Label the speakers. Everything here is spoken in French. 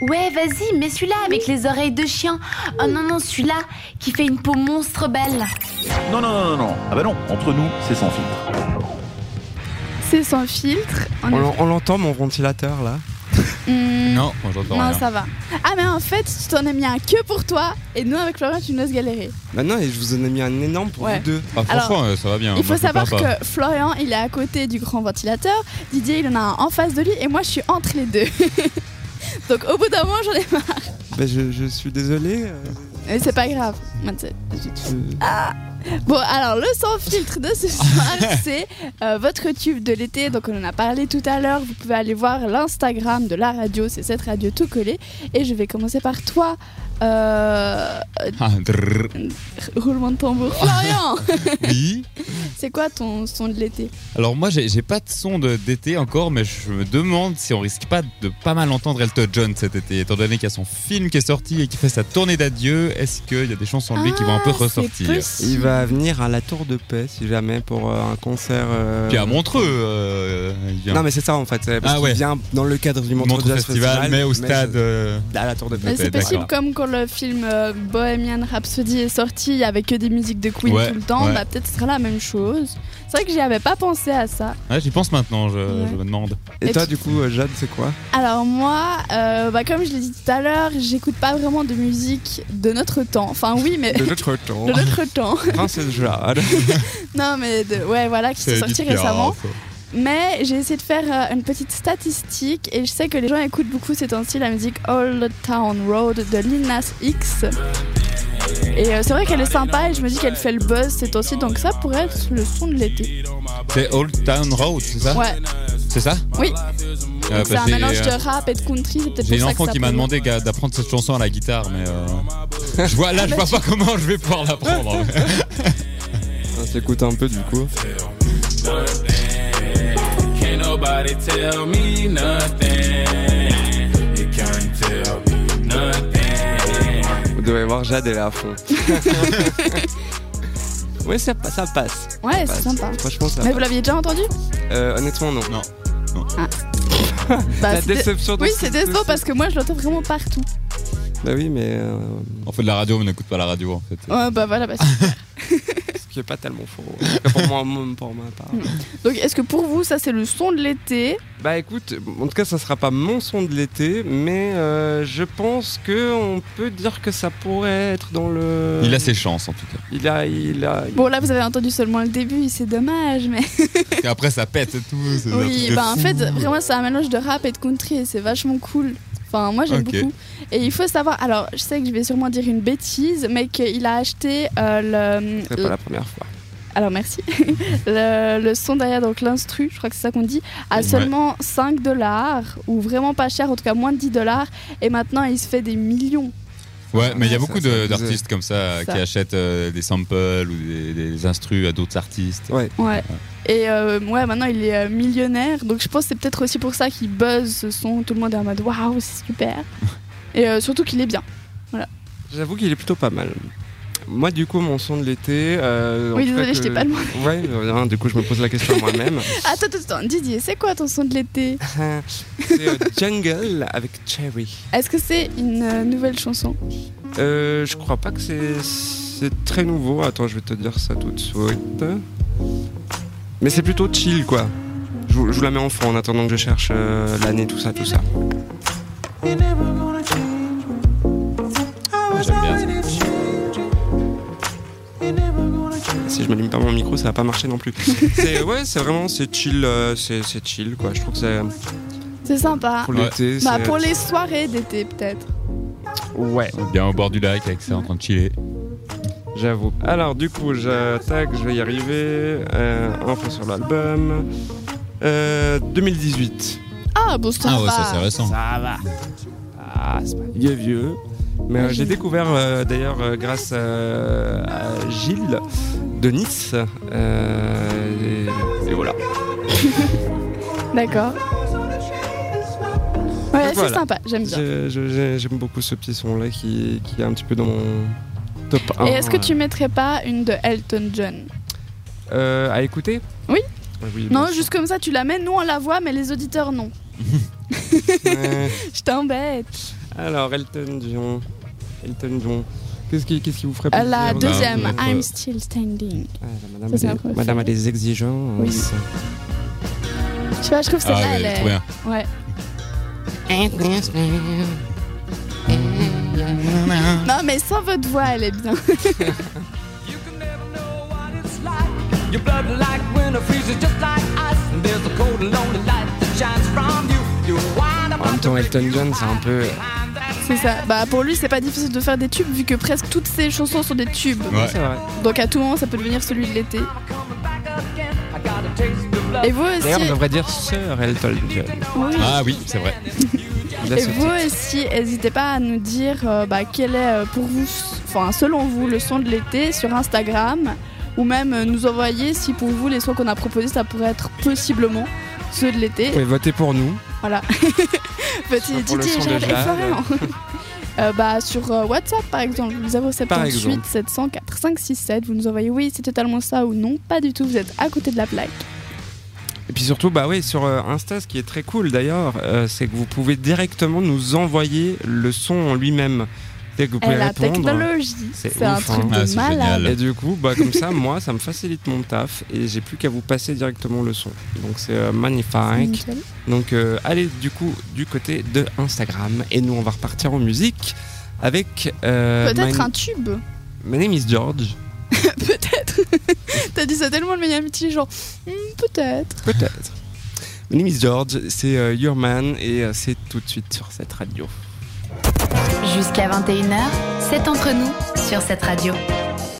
Speaker 1: Ouais, vas-y, mets celui-là avec les oreilles de chien. Oh non, non, celui-là qui fait une peau monstre belle.
Speaker 2: Non, non, non, non, non. Ah bah non, entre nous, c'est sans filtre.
Speaker 3: C'est sans filtre. en
Speaker 4: On,
Speaker 3: effet.
Speaker 4: l'en- on l'entend mon ventilateur là
Speaker 3: Hmm,
Speaker 5: Non, moi j'entends
Speaker 3: non,
Speaker 5: rien.
Speaker 3: ça va. Ah, mais en fait, tu t'en as mis un que pour toi, et nous, avec Florian, tu n'oses galérer.
Speaker 4: Maintenant, Bah et je vous en ai mis un énorme pour
Speaker 3: Ouais.
Speaker 4: vous deux.
Speaker 5: Ah, franchement, euh, ça va bien.
Speaker 3: Il
Speaker 5: moi,
Speaker 3: faut
Speaker 5: je me
Speaker 3: savoir
Speaker 5: plains pas.
Speaker 3: que Florian, il est à côté du grand ventilateur, Didier, il en a un en face de lui, et moi, je suis entre les deux. Donc, au bout d'un moment, j'en ai marre.
Speaker 4: Bah, je, je suis désolé. euh,
Speaker 3: Mais c'est pas grave. Moi, tu sais,
Speaker 4: je-
Speaker 3: Ah. Bon, alors le sans filtre de ce soir, c'est euh, votre tube de l'été. Donc, on en a parlé tout à l'heure. Vous pouvez aller voir l'Instagram de la radio. C'est cette radio tout collée. Et je vais commencer par toi. Euh,
Speaker 5: Ah, drrr.
Speaker 3: roulement de tambour. Florian
Speaker 5: oui.
Speaker 3: C'est quoi ton son de l'été
Speaker 5: Alors moi j'ai j'ai pas de son de- d'été encore mais je me demande si on risque pas de pas mal entendre Elton John cet été étant donné qu'il y a son film qui est sorti et qui fait sa tournée d'adieu est-ce qu'il y a des chansons de lui qui vont un peu
Speaker 3: Ah, c'est
Speaker 5: ressortir
Speaker 3: possible.
Speaker 4: Il va venir à la Tour de Paix si jamais pour euh, un concert. euh,
Speaker 5: Puis à Montreux euh, il vient
Speaker 4: Non mais c'est ça en fait, c'est parce
Speaker 5: Ah
Speaker 4: qu'il
Speaker 5: ouais.
Speaker 4: vient dans le cadre du Montreux,
Speaker 5: Montreux
Speaker 4: Jazz
Speaker 5: Festival, mais au stade euh,
Speaker 4: je- à la Tour de Paix.
Speaker 3: Mais Ah, c'est
Speaker 5: d'accord.
Speaker 3: possible, comme quand le film euh, Bohemian Rhapsody est sorti, il y avait que des musiques de Queen
Speaker 5: Ouais,
Speaker 3: tout le temps,
Speaker 5: ouais.
Speaker 3: bah peut-être ce sera la même chose. C'est vrai que j'y avais pas pensé à ça.
Speaker 5: ouais, j'y pense maintenant je,
Speaker 3: Ouais.
Speaker 5: je me demande
Speaker 4: Et
Speaker 3: Et
Speaker 4: toi
Speaker 3: tu-
Speaker 4: du coup euh, Jade c'est quoi
Speaker 3: Alors moi, euh, bah, comme je l'ai dit tout à l'heure, j'écoute pas vraiment de musique de notre temps. Enfin oui, mais
Speaker 4: De notre temps.
Speaker 3: de notre temps.
Speaker 4: Princesse Jade.
Speaker 3: Non, mais de, ouais, voilà, qui s'est sorti
Speaker 5: différent,
Speaker 3: récemment.
Speaker 5: ça.
Speaker 3: Mais j'ai essayé de faire euh, une petite statistique et je sais que les gens écoutent beaucoup ces temps-ci la musique All Town Road de Lil Nas X. Et euh, c'est vrai qu'elle est sympa et je me dis qu'elle fait le buzz ces temps-ci, donc ça pourrait être le son de l'été.
Speaker 5: c'est Old Town Road c'est ça
Speaker 3: Ouais,
Speaker 5: c'est ça
Speaker 3: Oui.
Speaker 5: Euh,
Speaker 3: c'est
Speaker 5: bah,
Speaker 3: un
Speaker 5: j'ai-
Speaker 3: mélange de rap et de country, c'est peut-être pour
Speaker 5: J'ai une
Speaker 3: ça que
Speaker 5: enfant
Speaker 3: ça
Speaker 5: qui m'a
Speaker 3: plaît.
Speaker 5: demandé gars, d'apprendre cette chanson à la guitare, mais euh, je vois, là je vois pas comment je vais pouvoir l'apprendre.
Speaker 4: On s'écoute un peu du coup.
Speaker 6: Can't nobody tell me nothing. You can't tell me nothing.
Speaker 4: Vous devez voir Jade elle est à fond. oui ça, pa- ça passe.
Speaker 5: Bah,
Speaker 3: Ouais,
Speaker 4: Ça
Speaker 3: Eh, c'est
Speaker 4: passe.
Speaker 3: sympa.
Speaker 4: Franchement ça.
Speaker 3: Mais
Speaker 4: passe.
Speaker 3: vous l'aviez déjà entendu
Speaker 4: Euh, honnêtement non.
Speaker 5: Non.
Speaker 3: Bah,
Speaker 4: la
Speaker 3: c'était-
Speaker 4: déception. de
Speaker 3: Oui,
Speaker 4: ce-
Speaker 3: c'est
Speaker 4: de
Speaker 3: décevant
Speaker 4: ce-
Speaker 3: parce que moi je l'entends vraiment partout.
Speaker 4: Bah oui mais euh,
Speaker 5: On fait de la radio, mais on n'écoute pas la radio en fait.
Speaker 3: Ouais, bah voilà. bah, c'est-
Speaker 4: ce qui est pas tellement faux. En tout cas, Pour moi pour ma part.
Speaker 3: Donc est-ce que pour vous ça c'est le son de l'été
Speaker 4: Bah écoute, en tout cas ça sera pas mon son de l'été, mais euh, je pense que on peut dire que ça pourrait être dans le.
Speaker 5: Il a ses chances en tout cas.
Speaker 4: Il a, il a.
Speaker 3: Bon là vous avez entendu seulement le début, c'est dommage mais
Speaker 5: Et après ça pète et tout. c'est un truc
Speaker 3: oui,
Speaker 5: de
Speaker 3: bah en
Speaker 5: fou.
Speaker 3: fait vraiment c'est un mélange de rap et de country et c'est vachement cool. Enfin moi j'aime
Speaker 5: Ok.
Speaker 3: beaucoup. Et il faut savoir, alors je sais que je vais sûrement dire une bêtise, mais qu'il a acheté euh, le,
Speaker 4: C'est pas la première fois.
Speaker 3: alors merci le, le son derrière donc l'instru, je crois que c'est ça qu'on dit, à
Speaker 5: Ouais.
Speaker 3: seulement 5 dollars ou vraiment pas cher, en tout cas moins de 10 dollars. Et maintenant il se fait des millions.
Speaker 5: Ouais, mais il y a
Speaker 4: Ça,
Speaker 5: beaucoup
Speaker 4: ça,
Speaker 5: de-
Speaker 4: ça,
Speaker 5: d'artistes comme ça,
Speaker 3: Ça.
Speaker 5: qui achètent euh, des samples ou des, des instrus à d'autres artistes.
Speaker 4: Ouais.
Speaker 3: Ouais. Et euh, ouais, maintenant il est euh, millionnaire, donc je pense que c'est peut-être aussi pour ça qu'il buzz ce son. Tout le monde est en mode waouh, c'est super. Et euh, surtout qu'il est bien.
Speaker 4: J'avoue qu'il est plutôt pas mal. Moi du coup mon son de l'été. euh,
Speaker 3: oui,
Speaker 4: en tout cas
Speaker 3: désolé, je
Speaker 4: que-
Speaker 3: t'ai pas demandé.
Speaker 4: Ouais, euh, hein, du coup je me pose la question à moi-même.
Speaker 3: Attends, attends, attends, Didier, c'est quoi ton son de l'été
Speaker 4: c'est euh, Jungle avec Cherry.
Speaker 3: Est-ce que c'est une euh, nouvelle chanson
Speaker 4: Euh, je crois pas que c'est c'est très nouveau. Attends, je vais te dire ça tout de suite. Mais c'est plutôt chill, quoi. Je, vous- je vous la mets en fond en attendant que je cherche euh, l'année, tout ça, tout ça.
Speaker 5: Ouais, J'aime bien. ça.
Speaker 4: Si je m'allume pas mon micro, ça va pas marcher non plus. C'est- ouais, c'est vraiment c'est chill, euh, c'est c'est chill, quoi. Je trouve que c'est
Speaker 3: C'est sympa.
Speaker 4: pour
Speaker 5: Ouais.
Speaker 4: l'été.
Speaker 3: Bah,
Speaker 4: c'est-
Speaker 3: pour les soirées d'été, peut-être.
Speaker 4: Ouais,
Speaker 5: Bien au bord du lac avec ça en train de chiller.
Speaker 4: j'avoue. Alors du coup, j'attaque, je vais y arriver. Euh, info sur l'album. Euh, 2018.
Speaker 3: Ah, bon, ça
Speaker 5: Ah ouais,
Speaker 3: va.
Speaker 5: ça c'est récent.
Speaker 4: Ça va. Ah, c'est pas vieux, vieux. Mais euh, j'ai découvert euh, d'ailleurs euh, grâce euh, à Gilles de Nice. Euh, et- et, voilà.
Speaker 3: D'accord.
Speaker 5: Ah,
Speaker 3: Ouais, c'est
Speaker 4: Voilà.
Speaker 3: sympa, j'aime bien.
Speaker 4: Je- je- j'ai- J'aime beaucoup ce petit son là qui, qui est un petit peu dans mon top 1.
Speaker 3: Et est-ce que tu mettrais pas une de Elton John
Speaker 4: Euh, à écouter
Speaker 3: Oui.
Speaker 4: Ah oui, bien
Speaker 3: Non,
Speaker 4: sûr.
Speaker 3: juste comme ça, tu la mets, nous on la voit, mais les auditeurs non.
Speaker 4: Ouais.
Speaker 3: Je t'embête.
Speaker 4: Alors, Elton John. Elton John. Qu'est-ce qui, qu'est-ce qui vous ferait
Speaker 3: Euh,
Speaker 4: plaisir
Speaker 3: La
Speaker 4: là
Speaker 3: deuxième,
Speaker 5: bah,
Speaker 3: I'm
Speaker 5: bah.
Speaker 3: still standing.
Speaker 4: Ah, la madame,
Speaker 3: Ça, c'est
Speaker 4: a
Speaker 3: ma
Speaker 4: des,
Speaker 3: préférée.
Speaker 4: madame a des exigences.
Speaker 3: Oui. Tu vois, je trouve que c'est
Speaker 5: Ah, ouais,
Speaker 3: elle.
Speaker 5: trop bien.
Speaker 3: est- Ouais. Non, mais sans votre voix, elle est bien.
Speaker 7: You can never know what it's like. Your blood like winter freezes just like ice. And there's a cold and lonely light that shines from you. You wind up
Speaker 4: En même temps, Elton John, c'est un peu.
Speaker 7: behind that
Speaker 3: C'est ça. Bah pour lui, c'est pas difficile de faire des tubes vu que presque toutes ses chansons sont des tubes.
Speaker 5: Ouais.
Speaker 4: C'est vrai.
Speaker 3: Donc à tout moment, ça peut devenir celui de l'été.
Speaker 7: coming back again. I got a taste of blood.
Speaker 3: Et vous
Speaker 4: D'ailleurs, on
Speaker 3: aussi,
Speaker 4: devrait dire Sir Elton John.
Speaker 3: Oui.
Speaker 5: Ah oui, c'est vrai.
Speaker 4: Il a
Speaker 3: et
Speaker 4: ce
Speaker 3: vous
Speaker 4: titre.
Speaker 3: aussi, n'hésitez pas à nous dire euh, bah, quel est euh, pour vous, enfin selon vous, le son de l'été sur Instagram ou même euh, nous envoyer si pour vous les sons qu'on a proposés, ça pourrait être possiblement ceux de l'été.
Speaker 4: Vous pouvez voter pour nous.
Speaker 3: Voilà. Petit
Speaker 4: Pour le
Speaker 3: Didier,
Speaker 4: son de
Speaker 3: Gérald et
Speaker 4: Jade.
Speaker 3: Florian. Euh, bah, sur euh, WhatsApp par exemple,
Speaker 4: Par
Speaker 3: 078
Speaker 4: exemple.
Speaker 3: 704 567, vous nous envoyez oui, c'est totalement ça ou non, pas du tout, vous êtes à côté de la plaque.
Speaker 4: Et puis surtout, bah oui, sur euh, Insta, ce qui est très cool d'ailleurs, euh, c'est que vous pouvez directement nous envoyer le son en lui-même. C'est que vous
Speaker 3: Et
Speaker 4: pouvez
Speaker 3: la
Speaker 4: répondre.
Speaker 3: technologie,
Speaker 4: C'est
Speaker 3: c'est un
Speaker 4: ouf,
Speaker 3: truc
Speaker 4: hein.
Speaker 3: de
Speaker 5: Ah, c'est
Speaker 3: malade.
Speaker 5: génial.
Speaker 4: Et du coup, bah comme ça, moi, ça me facilite mon taf et j'ai plus qu'à vous passer directement le son. Donc c'est euh, magnifique.
Speaker 3: Nickel.
Speaker 4: Donc euh, allez du coup du côté de Instagram et nous on va repartir en musique avec euh,
Speaker 3: Peut-être
Speaker 4: my,
Speaker 3: un tube,
Speaker 4: My name is George.
Speaker 3: peut-être. T'as dit ça tellement le meilleur petit genre, Hmm, peut-être.
Speaker 4: Peut-être. My name is George, c'est euh, Your Man et euh, c'est tout de suite sur cette radio.
Speaker 1: Jusqu'à 21h, c'est entre nous sur cette radio.